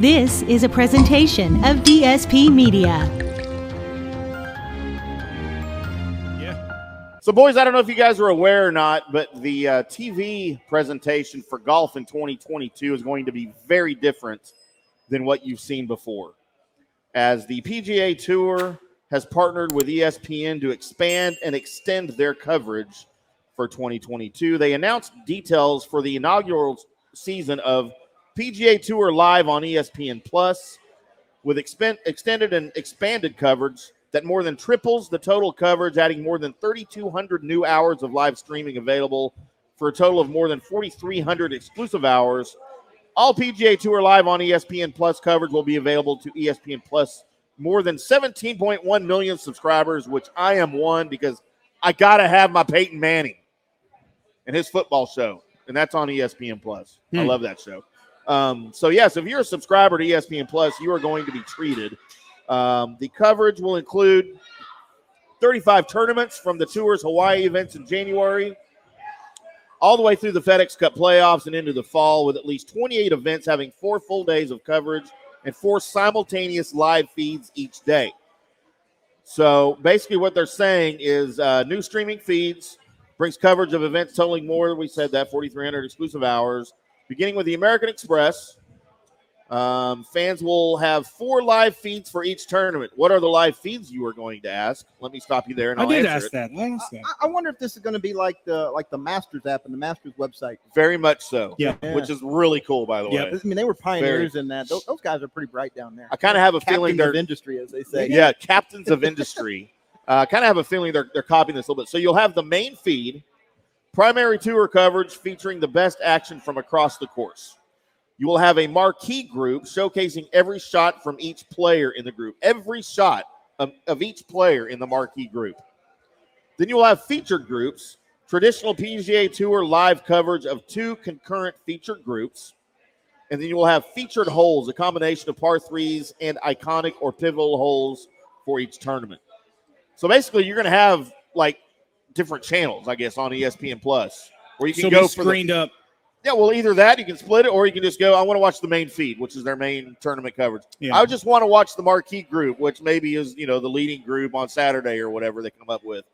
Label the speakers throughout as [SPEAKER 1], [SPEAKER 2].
[SPEAKER 1] This is a presentation of DSP Media.
[SPEAKER 2] So, boys, I don't know if you guys are aware or not, but the uh, TV presentation for golf in 2022 is going to be very different than what you've seen before. As the PGA Tour has partnered with E ESPN to expand and extend their coverage for 2022, they announced details for the inaugural season of PGA Tour Live on E ESPN Plus with expen- extended and expanded coverage that more than triples the total coverage, adding more than 3,200 new hours of live streaming available for a total of more than 4,300 exclusive hours. All PGA Tour Live on E ESPN Plus coverage will be available to E ESPN Plus more than 17.1 million subscribers, which I am one because I got to have my Peyton Manning and his football show. And that's on E ESPN Plus. I love that show. Um, so, yes, if you're a subscriber to E ESPN Plus, you are going to be treated um, the coverage will include 35 tournaments from the tour's Hawaii events in January, all the way through the FedEx Cup playoffs and into the fall, with at least 28 events having four full days of coverage and four simultaneous live feeds each day. So basically, what they're saying is uh, new streaming feeds brings coverage of events totaling more. We said that 4,300 exclusive hours, beginning with the American Express, um, fans will have four live feeds for each tournament. What are the live feeds you are going to ask? Let me stop you there. And
[SPEAKER 3] I
[SPEAKER 2] I'll
[SPEAKER 3] did
[SPEAKER 2] answer
[SPEAKER 3] ask
[SPEAKER 2] it.
[SPEAKER 3] that. I asked that.
[SPEAKER 4] I, I wonder if this is going to be like the like the Masters app and the Masters website.
[SPEAKER 2] Very much so.
[SPEAKER 3] Yeah.
[SPEAKER 4] Yeah.
[SPEAKER 2] Which is really cool, by the
[SPEAKER 3] Yeah,
[SPEAKER 2] way.
[SPEAKER 4] I mean, they were pioneers in that. Those, those guys are pretty bright down there.
[SPEAKER 2] I kind of have a feeling
[SPEAKER 4] Captains
[SPEAKER 2] they're
[SPEAKER 4] of industry, as they say.
[SPEAKER 2] yeah, captains of industry. Uh, kind of have a feeling they're, they're copying this a little bit. So you'll have the main feed, primary tour coverage featuring the best action from across the course. You will have a marquee group showcasing every shot from each player in the group, every shot of, of each player in the marquee group. Then you will have featured groups, traditional PGA Tour live coverage of two concurrent featured groups. And then you will have featured holes, a combination of par threes and iconic or pivotal holes for each tournament. So basically, you're going to have like different channels, I guess, on E ESPN Plus where you can
[SPEAKER 3] So
[SPEAKER 2] go
[SPEAKER 3] be
[SPEAKER 2] for the
[SPEAKER 3] screened up.
[SPEAKER 2] yeah, well, either that you can split it, or you can just go. I want to watch the main feed, which is their main tournament coverage.
[SPEAKER 3] Yeah.
[SPEAKER 2] I just want to watch the marquee group, which maybe is you know the leading group on Saturday or whatever they come up with,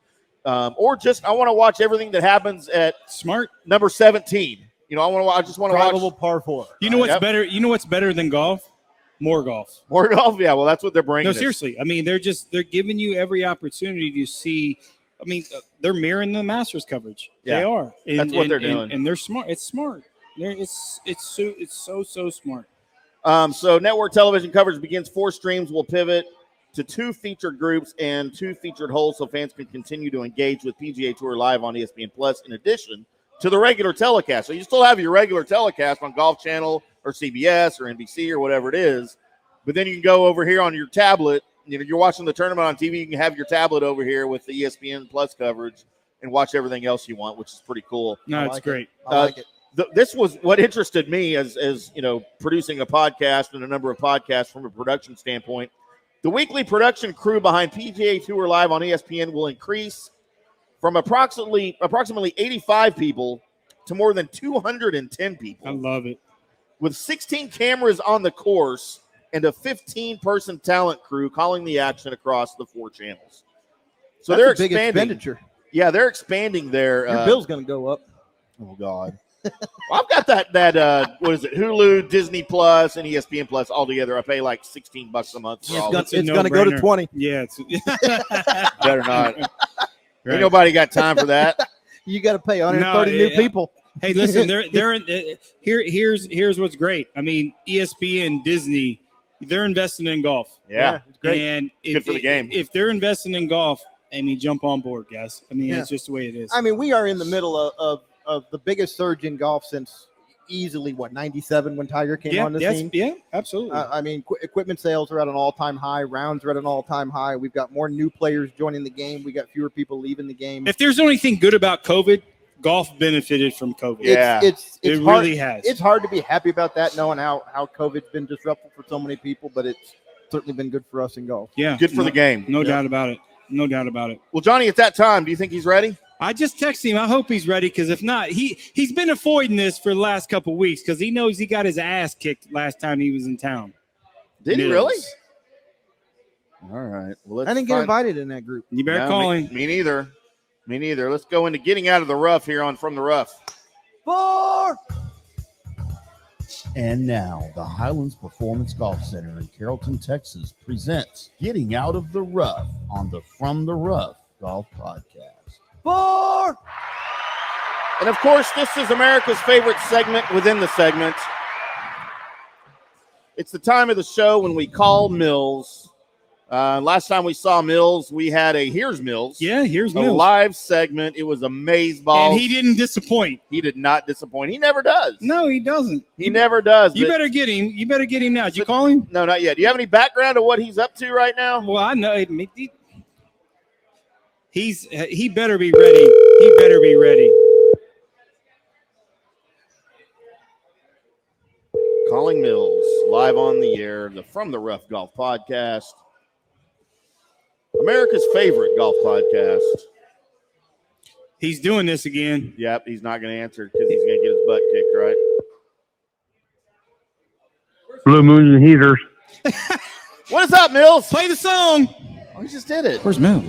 [SPEAKER 2] um, or just I want to watch everything that happens at
[SPEAKER 3] Smart.
[SPEAKER 2] number seventeen. You know, I want to. I just want to
[SPEAKER 4] Probable
[SPEAKER 2] watch
[SPEAKER 4] par four.
[SPEAKER 3] You know what's
[SPEAKER 2] Yep.
[SPEAKER 3] better? You know what's better than golf? More golf.
[SPEAKER 2] more golf. Yeah, well, that's what they're bringing.
[SPEAKER 3] No,
[SPEAKER 2] us.
[SPEAKER 3] seriously. I mean, they're just they're giving you every opportunity to see. I mean, uh, they're mirroring the Masters coverage. They
[SPEAKER 2] Yeah.
[SPEAKER 3] are. And,
[SPEAKER 2] That's what
[SPEAKER 3] and-
[SPEAKER 2] they're
[SPEAKER 3] and-
[SPEAKER 2] doing.
[SPEAKER 3] and they're smart. It's smart. They're, it's it's so it's so so smart.
[SPEAKER 2] Um, so network television coverage begins. Four streams will pivot to two featured groups and two featured holes, so fans can continue to engage with PGA Tour live on E ESPN Plus. In addition to the regular telecast, so you still have your regular telecast on Golf Channel or CBS or NBC or whatever it is, but then you can go over here on your tablet. You know, you're watching the tournament on TV. You can have your tablet over here with the E ESPN Plus coverage and watch everything else you want, which is pretty cool
[SPEAKER 3] No,
[SPEAKER 4] I
[SPEAKER 3] it's
[SPEAKER 4] like it.
[SPEAKER 3] great.
[SPEAKER 4] I
[SPEAKER 2] Uh,
[SPEAKER 4] like it.
[SPEAKER 2] th- this was what interested me as as you know producing a podcast and a number of podcasts from a production standpoint the weekly production crew behind pga tour live on E espn will increase from approximately approximately 85 people to more than 210
[SPEAKER 3] I
[SPEAKER 2] people
[SPEAKER 3] love it.
[SPEAKER 2] with 16 cameras on the course and a 15 person talent crew calling the action across the four channels so
[SPEAKER 4] That's
[SPEAKER 2] they're
[SPEAKER 4] a big
[SPEAKER 2] expanding
[SPEAKER 4] expenditure.
[SPEAKER 2] yeah they're expanding their
[SPEAKER 4] Your
[SPEAKER 2] uh,
[SPEAKER 4] bill's going to go up.
[SPEAKER 2] Oh God. well, I've got that that uh what is it? Hulu, Disney Plus, and E ESPN Plus all together. I pay like sixteen bucks a month for
[SPEAKER 4] It's
[SPEAKER 2] all
[SPEAKER 4] gonna-
[SPEAKER 2] this.
[SPEAKER 3] a
[SPEAKER 4] it's going to go to
[SPEAKER 3] no-brainer.
[SPEAKER 4] twenty.
[SPEAKER 3] Yeah, it's
[SPEAKER 2] Better not. Ain't
[SPEAKER 3] Right.
[SPEAKER 2] nobody got time for that.
[SPEAKER 4] You got to pay 130
[SPEAKER 3] No,
[SPEAKER 4] new
[SPEAKER 3] yeah.
[SPEAKER 4] people.
[SPEAKER 3] Hey, listen, they're they're in, uh, here. Here's here's what's great. I mean, E ESPN, Disney, they're investing in golf,
[SPEAKER 2] Yeah.
[SPEAKER 4] it's great.
[SPEAKER 3] and if,
[SPEAKER 2] Good for the game.
[SPEAKER 3] If they're investing in golf, I mean, jump on board, guys. I mean, it's just the way it is.
[SPEAKER 4] I mean, we are in the middle of, of of the biggest surge in golf since easily what 97 when Tiger came
[SPEAKER 3] yeah,
[SPEAKER 4] on the
[SPEAKER 3] yes,
[SPEAKER 4] scene.
[SPEAKER 3] yeah, absolutely.
[SPEAKER 4] Uh, I mean, qu- equipment sales are at an all-time high. Rounds are at an all-time high. We've got more new players joining the game. We got fewer people leaving the game.
[SPEAKER 3] if there's anything good about COVID, golf benefited from COVID.
[SPEAKER 2] Yeah,
[SPEAKER 4] it's it's, it's
[SPEAKER 3] it
[SPEAKER 4] hard.
[SPEAKER 3] really has.
[SPEAKER 4] it's hard to be happy about that, knowing how how COVID's been disruptive for so many people, but it's certainly been good for us in golf.
[SPEAKER 3] yeah,
[SPEAKER 2] Good for
[SPEAKER 3] no,
[SPEAKER 2] the game.
[SPEAKER 3] No
[SPEAKER 4] Yeah.
[SPEAKER 3] doubt about it. No doubt about it.
[SPEAKER 2] Well, Johnny, it's that time. Do you think he's ready?
[SPEAKER 3] I just texted him. I hope he's ready because if not, he he's been avoiding this for the last couple weeks because he knows he got his ass kicked last time he was in town.
[SPEAKER 2] Did he
[SPEAKER 3] Mills.
[SPEAKER 2] really? All right. Well, let's
[SPEAKER 4] I didn't get
[SPEAKER 2] find-
[SPEAKER 4] invited in that group.
[SPEAKER 3] You better
[SPEAKER 2] No,
[SPEAKER 3] call
[SPEAKER 2] me,
[SPEAKER 3] him.
[SPEAKER 2] me neither. Me neither. Let's go into getting out of the rough here on From the Rough.
[SPEAKER 4] Four.
[SPEAKER 5] And now, the Highlands Performance Golf Center in Carrollton, Texas presents Getting Out of the Rough on the From the Rough Golf Podcast.
[SPEAKER 4] Four.
[SPEAKER 2] And of course, this is America's favorite segment within the segment. It's the time of the show when we call Mills. Uh, last time we saw Mills, we had a Here's Mills.
[SPEAKER 3] Yeah, here's
[SPEAKER 2] A
[SPEAKER 3] Mills.
[SPEAKER 2] live segment. It was amazeballs.
[SPEAKER 3] And
[SPEAKER 2] he,
[SPEAKER 3] he didn't disappoint.
[SPEAKER 2] did not disappoint. He never does.
[SPEAKER 3] No, he doesn't.
[SPEAKER 2] He never does.
[SPEAKER 3] You
[SPEAKER 2] but-
[SPEAKER 3] better get him. You better get him now. Did you call him?
[SPEAKER 2] No, not yet. Do you have any background of what he's up to right now?
[SPEAKER 3] Well, I know. it- he- He's he better be ready. He better be ready.
[SPEAKER 2] Calling Mills live on the air, the From the Rough Golf Podcast, America's favorite golf podcast.
[SPEAKER 3] He's doing this again.
[SPEAKER 2] Yep, he's not going to answer because he's going to get his butt kicked, right?
[SPEAKER 6] Blue Moon and Heaters.
[SPEAKER 2] What is up, Mills?
[SPEAKER 3] Play the song.
[SPEAKER 2] Oh, he just did it.
[SPEAKER 3] Where's Mills?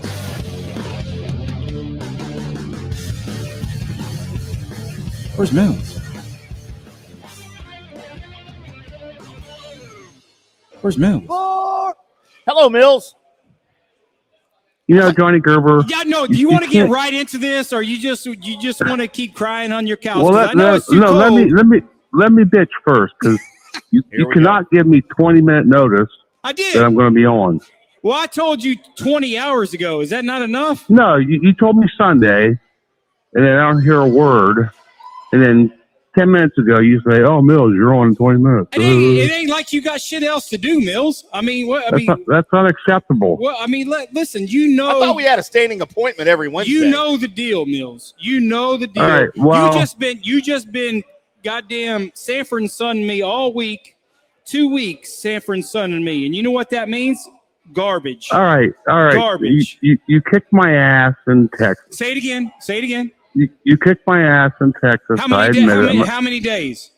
[SPEAKER 3] Where's Mills? Where's Mills?
[SPEAKER 2] Hello, Mills.
[SPEAKER 6] You know Johnny Gerber.
[SPEAKER 3] Yeah, no. Do you want to get right into this, or you just you just want to keep crying on your couch?
[SPEAKER 6] well,
[SPEAKER 3] 'Cause
[SPEAKER 6] let, let,
[SPEAKER 3] too
[SPEAKER 6] no, let me
[SPEAKER 3] cold.
[SPEAKER 6] let me let me bitch first because you,
[SPEAKER 2] Here
[SPEAKER 6] you
[SPEAKER 2] we
[SPEAKER 6] cannot give me twenty minute notice
[SPEAKER 3] I
[SPEAKER 6] that
[SPEAKER 3] did.
[SPEAKER 6] I'm going to be on.
[SPEAKER 3] Well, I told you 20 hours ago. Is that not enough?
[SPEAKER 6] No, you, you told me Sunday, and then I don't hear a word, and then ten minutes ago you say, "Oh, Mills, you're on in twenty minutes."
[SPEAKER 3] It ain't, it ain't like you got shit else to do, Mills. I mean, what? I
[SPEAKER 6] Uh-huh.
[SPEAKER 3] mean,
[SPEAKER 6] that's, not, that's unacceptable.
[SPEAKER 3] well, I mean, let, listen. You
[SPEAKER 2] I
[SPEAKER 3] know,
[SPEAKER 2] thought we had a standing appointment every Wednesday.
[SPEAKER 3] Oh. you know the deal, Mills. You know the deal.
[SPEAKER 6] All right, well-
[SPEAKER 3] you just been, you just been, goddamn Sanford and Son me all week, two weeks Sanford and Son and me, and you know what that means? Garbage.
[SPEAKER 6] all right, all right.
[SPEAKER 3] Garbage.
[SPEAKER 6] You, you you kicked my ass in Texas.
[SPEAKER 3] Say it again. Say it again.
[SPEAKER 6] You, you kicked my ass in Texas.
[SPEAKER 3] How
[SPEAKER 6] I
[SPEAKER 3] many, da-
[SPEAKER 6] admit
[SPEAKER 3] how,
[SPEAKER 6] it.
[SPEAKER 3] many, how many days?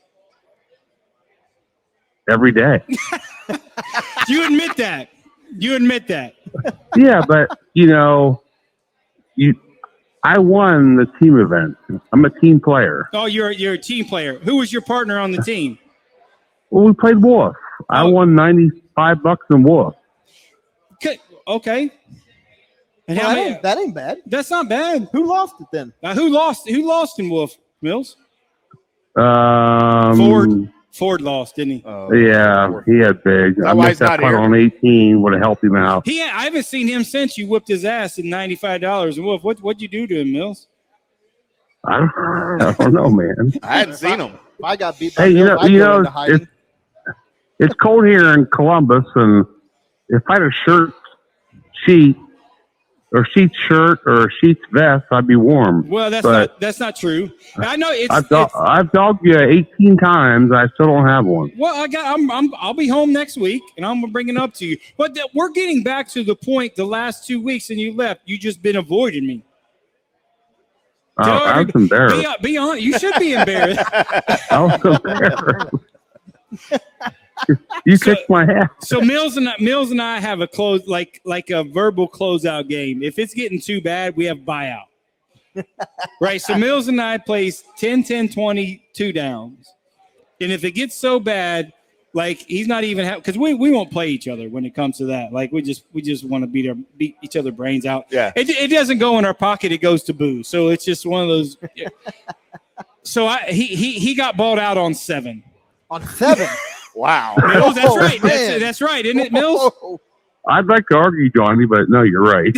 [SPEAKER 6] every day.
[SPEAKER 3] You admit that. You admit that.
[SPEAKER 6] yeah, but you know, you, I won the team event. I'm a team player.
[SPEAKER 3] Oh, you're you're a team player. Who was your partner on the team?
[SPEAKER 6] Well, we played Wolf. I
[SPEAKER 3] Oh.
[SPEAKER 6] won ninety five bucks in Wolf.
[SPEAKER 3] Good. Okay. And how
[SPEAKER 4] Well, that,
[SPEAKER 3] many-
[SPEAKER 4] ain't, that ain't bad.
[SPEAKER 3] That's not bad.
[SPEAKER 4] Who lost it then?
[SPEAKER 3] Now, who lost? Who lost in Wolf Mills?
[SPEAKER 6] Um,
[SPEAKER 3] Ford. Ford lost, didn't he?
[SPEAKER 2] Oh,
[SPEAKER 6] Yeah, he had big. I
[SPEAKER 2] That why he's
[SPEAKER 6] missed
[SPEAKER 2] not
[SPEAKER 6] that putt
[SPEAKER 2] here.
[SPEAKER 6] on eighteen. Would have helped him out.
[SPEAKER 3] He, I haven't seen him since you whipped his ass in ninety five dollars. And Wolf, what what'd you do to him, Mills?
[SPEAKER 6] I don't, I don't know, man.
[SPEAKER 2] I hadn't seen him.
[SPEAKER 4] If I got beat by
[SPEAKER 6] Hey, you
[SPEAKER 4] Mills,
[SPEAKER 6] know,
[SPEAKER 4] I'd
[SPEAKER 6] you
[SPEAKER 4] go
[SPEAKER 6] know,
[SPEAKER 4] into hiding.
[SPEAKER 6] it's it's cold here in Columbus, and if I had a shirt, sheet, or sheet shirt, or sheet vest, I'd be warm.
[SPEAKER 3] Well, that's
[SPEAKER 6] But-
[SPEAKER 3] not that's not true. I know it's.
[SPEAKER 6] I've, do-
[SPEAKER 3] it's-
[SPEAKER 6] I've dogged you 18 times. I still don't have one.
[SPEAKER 3] well, I got. I'm, I'm. I'll be home next week, and I'm gonna bring it up to you. But that we're getting back to the point. The last two weeks, and you left. You just been avoiding me.
[SPEAKER 6] I,
[SPEAKER 3] Tell
[SPEAKER 6] Oh, I was
[SPEAKER 3] everybody- Be, uh,
[SPEAKER 6] embarrassed.
[SPEAKER 3] be honest. You should be embarrassed.
[SPEAKER 6] I was embarrassed. you
[SPEAKER 3] So-
[SPEAKER 6] kicked my ass.
[SPEAKER 3] so Mills and Mills and I have a close like like a verbal closeout game. If it's getting too bad, we have buyout. right. So Mills and I plays 10, 10, 20, two downs. And if it gets so bad, like he's not even because we, we won't play each other when it comes to that. Like we just we just want to beat our beat each other brains out.
[SPEAKER 2] Yeah.
[SPEAKER 3] It, it doesn't go in our pocket. It goes to boo. So it's just one of those. so I he he he got balled out on seven.
[SPEAKER 4] on seven.
[SPEAKER 2] Wow.
[SPEAKER 3] Mills, that's
[SPEAKER 4] Oh,
[SPEAKER 3] right. That's,
[SPEAKER 4] man. Oh,
[SPEAKER 3] that's right, isn't it, Mills?
[SPEAKER 4] Whoa.
[SPEAKER 6] I'd like to argue, Johnny, but no, you're right.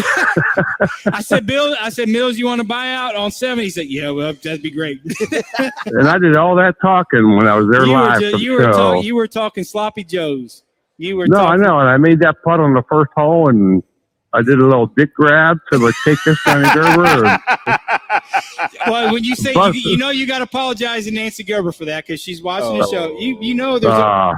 [SPEAKER 3] I said, Bill, I said, Mills, you want to buy out on seven? He said, Yeah, well, that'd be great.
[SPEAKER 6] and I did all that talking when I was there
[SPEAKER 3] you,
[SPEAKER 6] live.
[SPEAKER 3] were
[SPEAKER 6] for
[SPEAKER 3] ju-
[SPEAKER 6] the
[SPEAKER 3] you, were
[SPEAKER 6] show.
[SPEAKER 3] talk- you were talking sloppy Joes. You were
[SPEAKER 6] no, I
[SPEAKER 3] talking.
[SPEAKER 6] know. And I made that putt on the first hole, and I did a little dick grab. So let's take this Johnny Gerber. And
[SPEAKER 3] Well, when you say, you,
[SPEAKER 6] Busted.
[SPEAKER 3] you know, you got to apologize to Nancy Gerber for that because she's watching the
[SPEAKER 2] Oh.
[SPEAKER 3] show. You you know, there's a,
[SPEAKER 6] uh,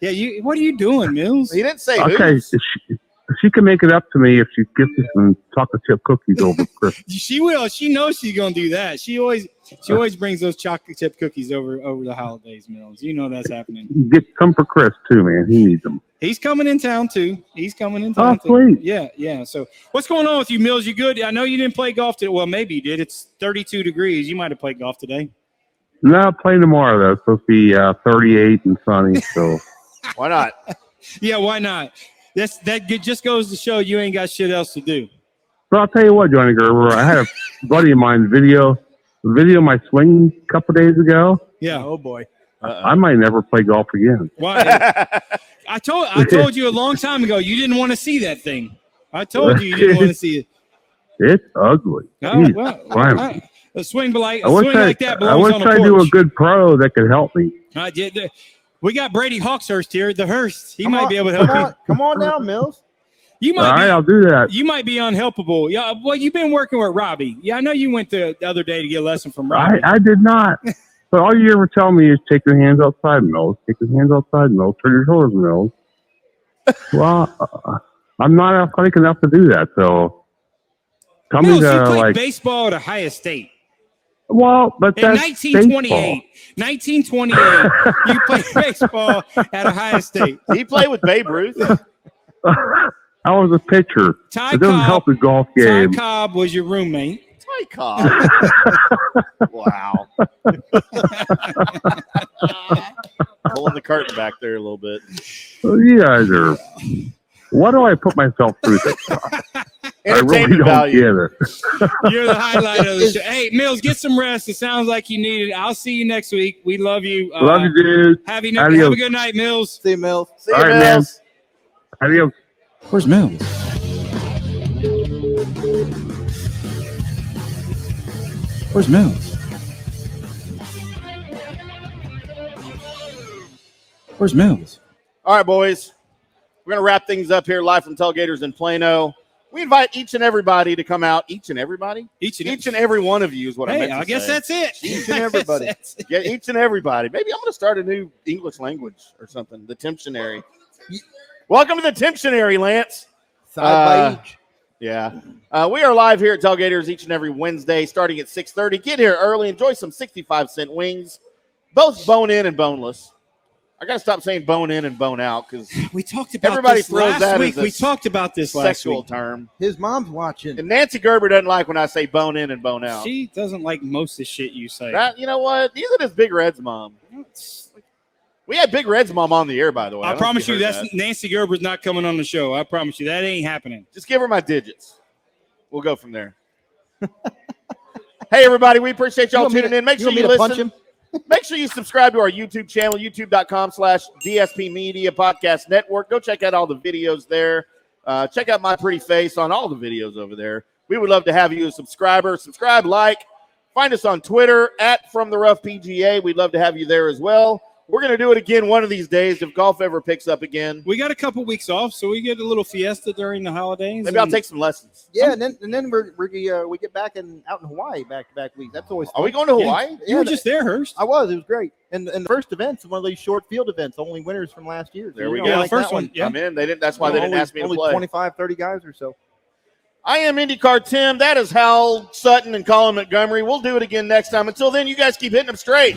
[SPEAKER 3] yeah, you what are you doing, Mills?
[SPEAKER 2] He didn't say
[SPEAKER 6] okay,
[SPEAKER 2] who.
[SPEAKER 6] sh- She can make it up to me if she gets me some chocolate chip cookies over Christmas.
[SPEAKER 3] She will. She knows she's gonna do that. She always she always brings those chocolate chip cookies over over the holidays, Mills. You know that's happening.
[SPEAKER 6] Get some for Chris too, man. He needs them.
[SPEAKER 3] He's coming in town too. He's coming in town.
[SPEAKER 6] Oh,
[SPEAKER 3] too.
[SPEAKER 6] sweet.
[SPEAKER 3] Yeah, yeah. So what's going on with you, Mills? You good? I know you didn't play golf today. Well, maybe you did. It's 32 degrees. You might have played golf today.
[SPEAKER 6] No, play tomorrow though. It's supposed to be uh, 38 and sunny. So
[SPEAKER 2] Why not?
[SPEAKER 3] Yeah, why not? That's that g- just goes to show you ain't got shit else to do.
[SPEAKER 6] But I'll tell you what, Johnny Gerber, I had a buddy of mine video video my swing a couple days ago.
[SPEAKER 3] Yeah.
[SPEAKER 4] Oh boy.
[SPEAKER 2] Uh-uh.
[SPEAKER 6] I might never play golf again.
[SPEAKER 3] Why? I told I told you a long time ago you didn't want to see that thing. I told you you didn't want to see it.
[SPEAKER 6] It's ugly.
[SPEAKER 3] No,
[SPEAKER 6] Jeez,
[SPEAKER 3] Oh, well,
[SPEAKER 6] Christ.
[SPEAKER 3] I- a swing like
[SPEAKER 6] I
[SPEAKER 3] a
[SPEAKER 6] wish
[SPEAKER 3] swing
[SPEAKER 6] I,
[SPEAKER 3] like that
[SPEAKER 6] I
[SPEAKER 3] belongs
[SPEAKER 6] wish
[SPEAKER 3] on a
[SPEAKER 6] I
[SPEAKER 3] porch.
[SPEAKER 6] knew a good pro that could help me.
[SPEAKER 3] I did. the- We got Brady Hawkshurst here, the Hurst. He
[SPEAKER 4] Come
[SPEAKER 3] might
[SPEAKER 4] on-
[SPEAKER 3] be able to
[SPEAKER 4] come
[SPEAKER 3] help
[SPEAKER 4] on, come on now, Mills.
[SPEAKER 3] you. You
[SPEAKER 6] All right,
[SPEAKER 3] might
[SPEAKER 6] I'll do that.
[SPEAKER 3] be, you might be unhelpable. Yeah, well, you've been working with Robbie. Yeah, I know you went the, the other day to get a lesson from
[SPEAKER 6] I,
[SPEAKER 3] Robbie.
[SPEAKER 6] I did not. But all you ever tell me is take your hands outside, Mills. Take your hands outside, Mills. Turn your shoulders, Mills. well, uh, I'm not athletic enough to do that, so tell
[SPEAKER 3] Mills,
[SPEAKER 6] me
[SPEAKER 3] you
[SPEAKER 6] to
[SPEAKER 3] played
[SPEAKER 6] like.
[SPEAKER 3] baseball at Ohio State.
[SPEAKER 6] Well, but
[SPEAKER 3] In
[SPEAKER 6] that's
[SPEAKER 3] 1928, 1928, you played baseball at Ohio State.
[SPEAKER 2] He played with Babe Ruth.
[SPEAKER 6] baseball. I was a pitcher.
[SPEAKER 3] Ty
[SPEAKER 6] It doesn't help
[SPEAKER 3] Cobb,
[SPEAKER 6] the golf
[SPEAKER 3] Ty
[SPEAKER 6] game.
[SPEAKER 3] Cobb was your roommate.
[SPEAKER 2] Ty Cobb. Wow. Pulling the curtain back there a little bit.
[SPEAKER 6] You guys are. Why do I put myself through this? I really
[SPEAKER 2] Entertainment
[SPEAKER 6] don't
[SPEAKER 2] value.
[SPEAKER 6] get it.
[SPEAKER 3] You're the highlight of the show. Hey, Mills, get some rest. It sounds like you need it. I'll see you next week. We love you. Uh,
[SPEAKER 6] Love you, dude.
[SPEAKER 3] Have, you have
[SPEAKER 6] Adios.
[SPEAKER 3] a good night, Mills.
[SPEAKER 4] See you, Mills.
[SPEAKER 2] See you,
[SPEAKER 6] All right, man.
[SPEAKER 2] Mills.
[SPEAKER 6] Adios.
[SPEAKER 7] Where's Mills? Where's Mills? Where's Mills?
[SPEAKER 2] All right, boys. We're going to wrap things up here live from Tailgaters in Plano. We invite each and everybody to come out. Each and everybody?
[SPEAKER 3] Each and
[SPEAKER 2] Each and every one of you is what I
[SPEAKER 3] Hey,
[SPEAKER 2] meant to
[SPEAKER 3] I guess
[SPEAKER 2] say.
[SPEAKER 3] that's it.
[SPEAKER 4] Each and everybody.
[SPEAKER 3] That's it.
[SPEAKER 2] Yeah, each and everybody. Maybe I'm going to start a new English language or something. The Timptionary. Welcome to the Timptionary, Lance.
[SPEAKER 4] Side
[SPEAKER 2] Uh,
[SPEAKER 4] by each.
[SPEAKER 2] Yeah. Uh, we are live here at Tailgaters each and every Wednesday starting at 6.30. Get here early. Enjoy some 65-cent wings, both bone-in and boneless. I got to stop saying bone-in and bone-out because
[SPEAKER 3] We talked about
[SPEAKER 2] Everybody
[SPEAKER 3] this
[SPEAKER 2] throws that
[SPEAKER 3] last
[SPEAKER 2] as
[SPEAKER 3] week.
[SPEAKER 2] a
[SPEAKER 3] We talked about this last
[SPEAKER 2] sexual
[SPEAKER 3] week.
[SPEAKER 2] term.
[SPEAKER 4] His mom's watching.
[SPEAKER 2] And Nancy Gerber doesn't like when I say bone in and bone out.
[SPEAKER 3] She doesn't like most of the shit you say.
[SPEAKER 2] That- you know what? Neither does Big Red's mom. We had Big Red's mom on the air, by the way.
[SPEAKER 3] I,
[SPEAKER 2] don't
[SPEAKER 3] promise
[SPEAKER 2] know
[SPEAKER 3] you,
[SPEAKER 2] if heard
[SPEAKER 3] that's Nancy Gerber's not coming on the show. I promise you, that ain't happening.
[SPEAKER 2] that. just give her my digits. We'll go from there. hey, everybody, we appreciate y'all
[SPEAKER 4] want me
[SPEAKER 2] tuning
[SPEAKER 4] to-
[SPEAKER 2] in. Make
[SPEAKER 4] you
[SPEAKER 2] sure
[SPEAKER 4] want me
[SPEAKER 2] you
[SPEAKER 4] to punch
[SPEAKER 2] listen. Make sure you subscribe to our YouTube channel, youtube.com slash DSP Media Podcast Network. Go check out all the videos there. Uh, check out my pretty face on all the videos over there. We would love to have you as a subscriber. Subscribe, like, find us on Twitter at From the Rough PGA. We'd love to have you there as well. We're going to do it again one of these days if golf ever picks up again.
[SPEAKER 3] We got a couple weeks off, so we get a little fiesta during the holidays.
[SPEAKER 2] Maybe I'll
[SPEAKER 3] and-
[SPEAKER 2] take some lessons.
[SPEAKER 4] Yeah, and then and then we're, we're uh, we get back in out in Hawaii back to back week. That's always
[SPEAKER 2] Are we going to Hawaii?
[SPEAKER 3] You
[SPEAKER 4] Yeah,
[SPEAKER 3] were just there, Hurst.
[SPEAKER 4] I was. It was great. And and the first event's one of these short field events, only winners from last year. So
[SPEAKER 2] There
[SPEAKER 4] you
[SPEAKER 2] we
[SPEAKER 4] know,
[SPEAKER 2] go.
[SPEAKER 4] I
[SPEAKER 3] yeah, the
[SPEAKER 4] like
[SPEAKER 3] first
[SPEAKER 4] that
[SPEAKER 3] one. Yeah.
[SPEAKER 2] I'm in. They didn't. That's why they didn't
[SPEAKER 4] Only-
[SPEAKER 2] ask me to
[SPEAKER 4] only
[SPEAKER 2] play.
[SPEAKER 4] 25, 30 guys or so.
[SPEAKER 2] I am IndyCar Tim. That is Hal Sutton and Colin Montgomery. We'll do it again next time. Until then, you guys keep hitting them straight.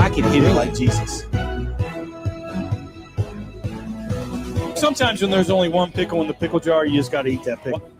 [SPEAKER 7] I can hit it like Jesus.
[SPEAKER 8] Sometimes when there's only one pickle in the pickle jar, you just got to eat that pickle.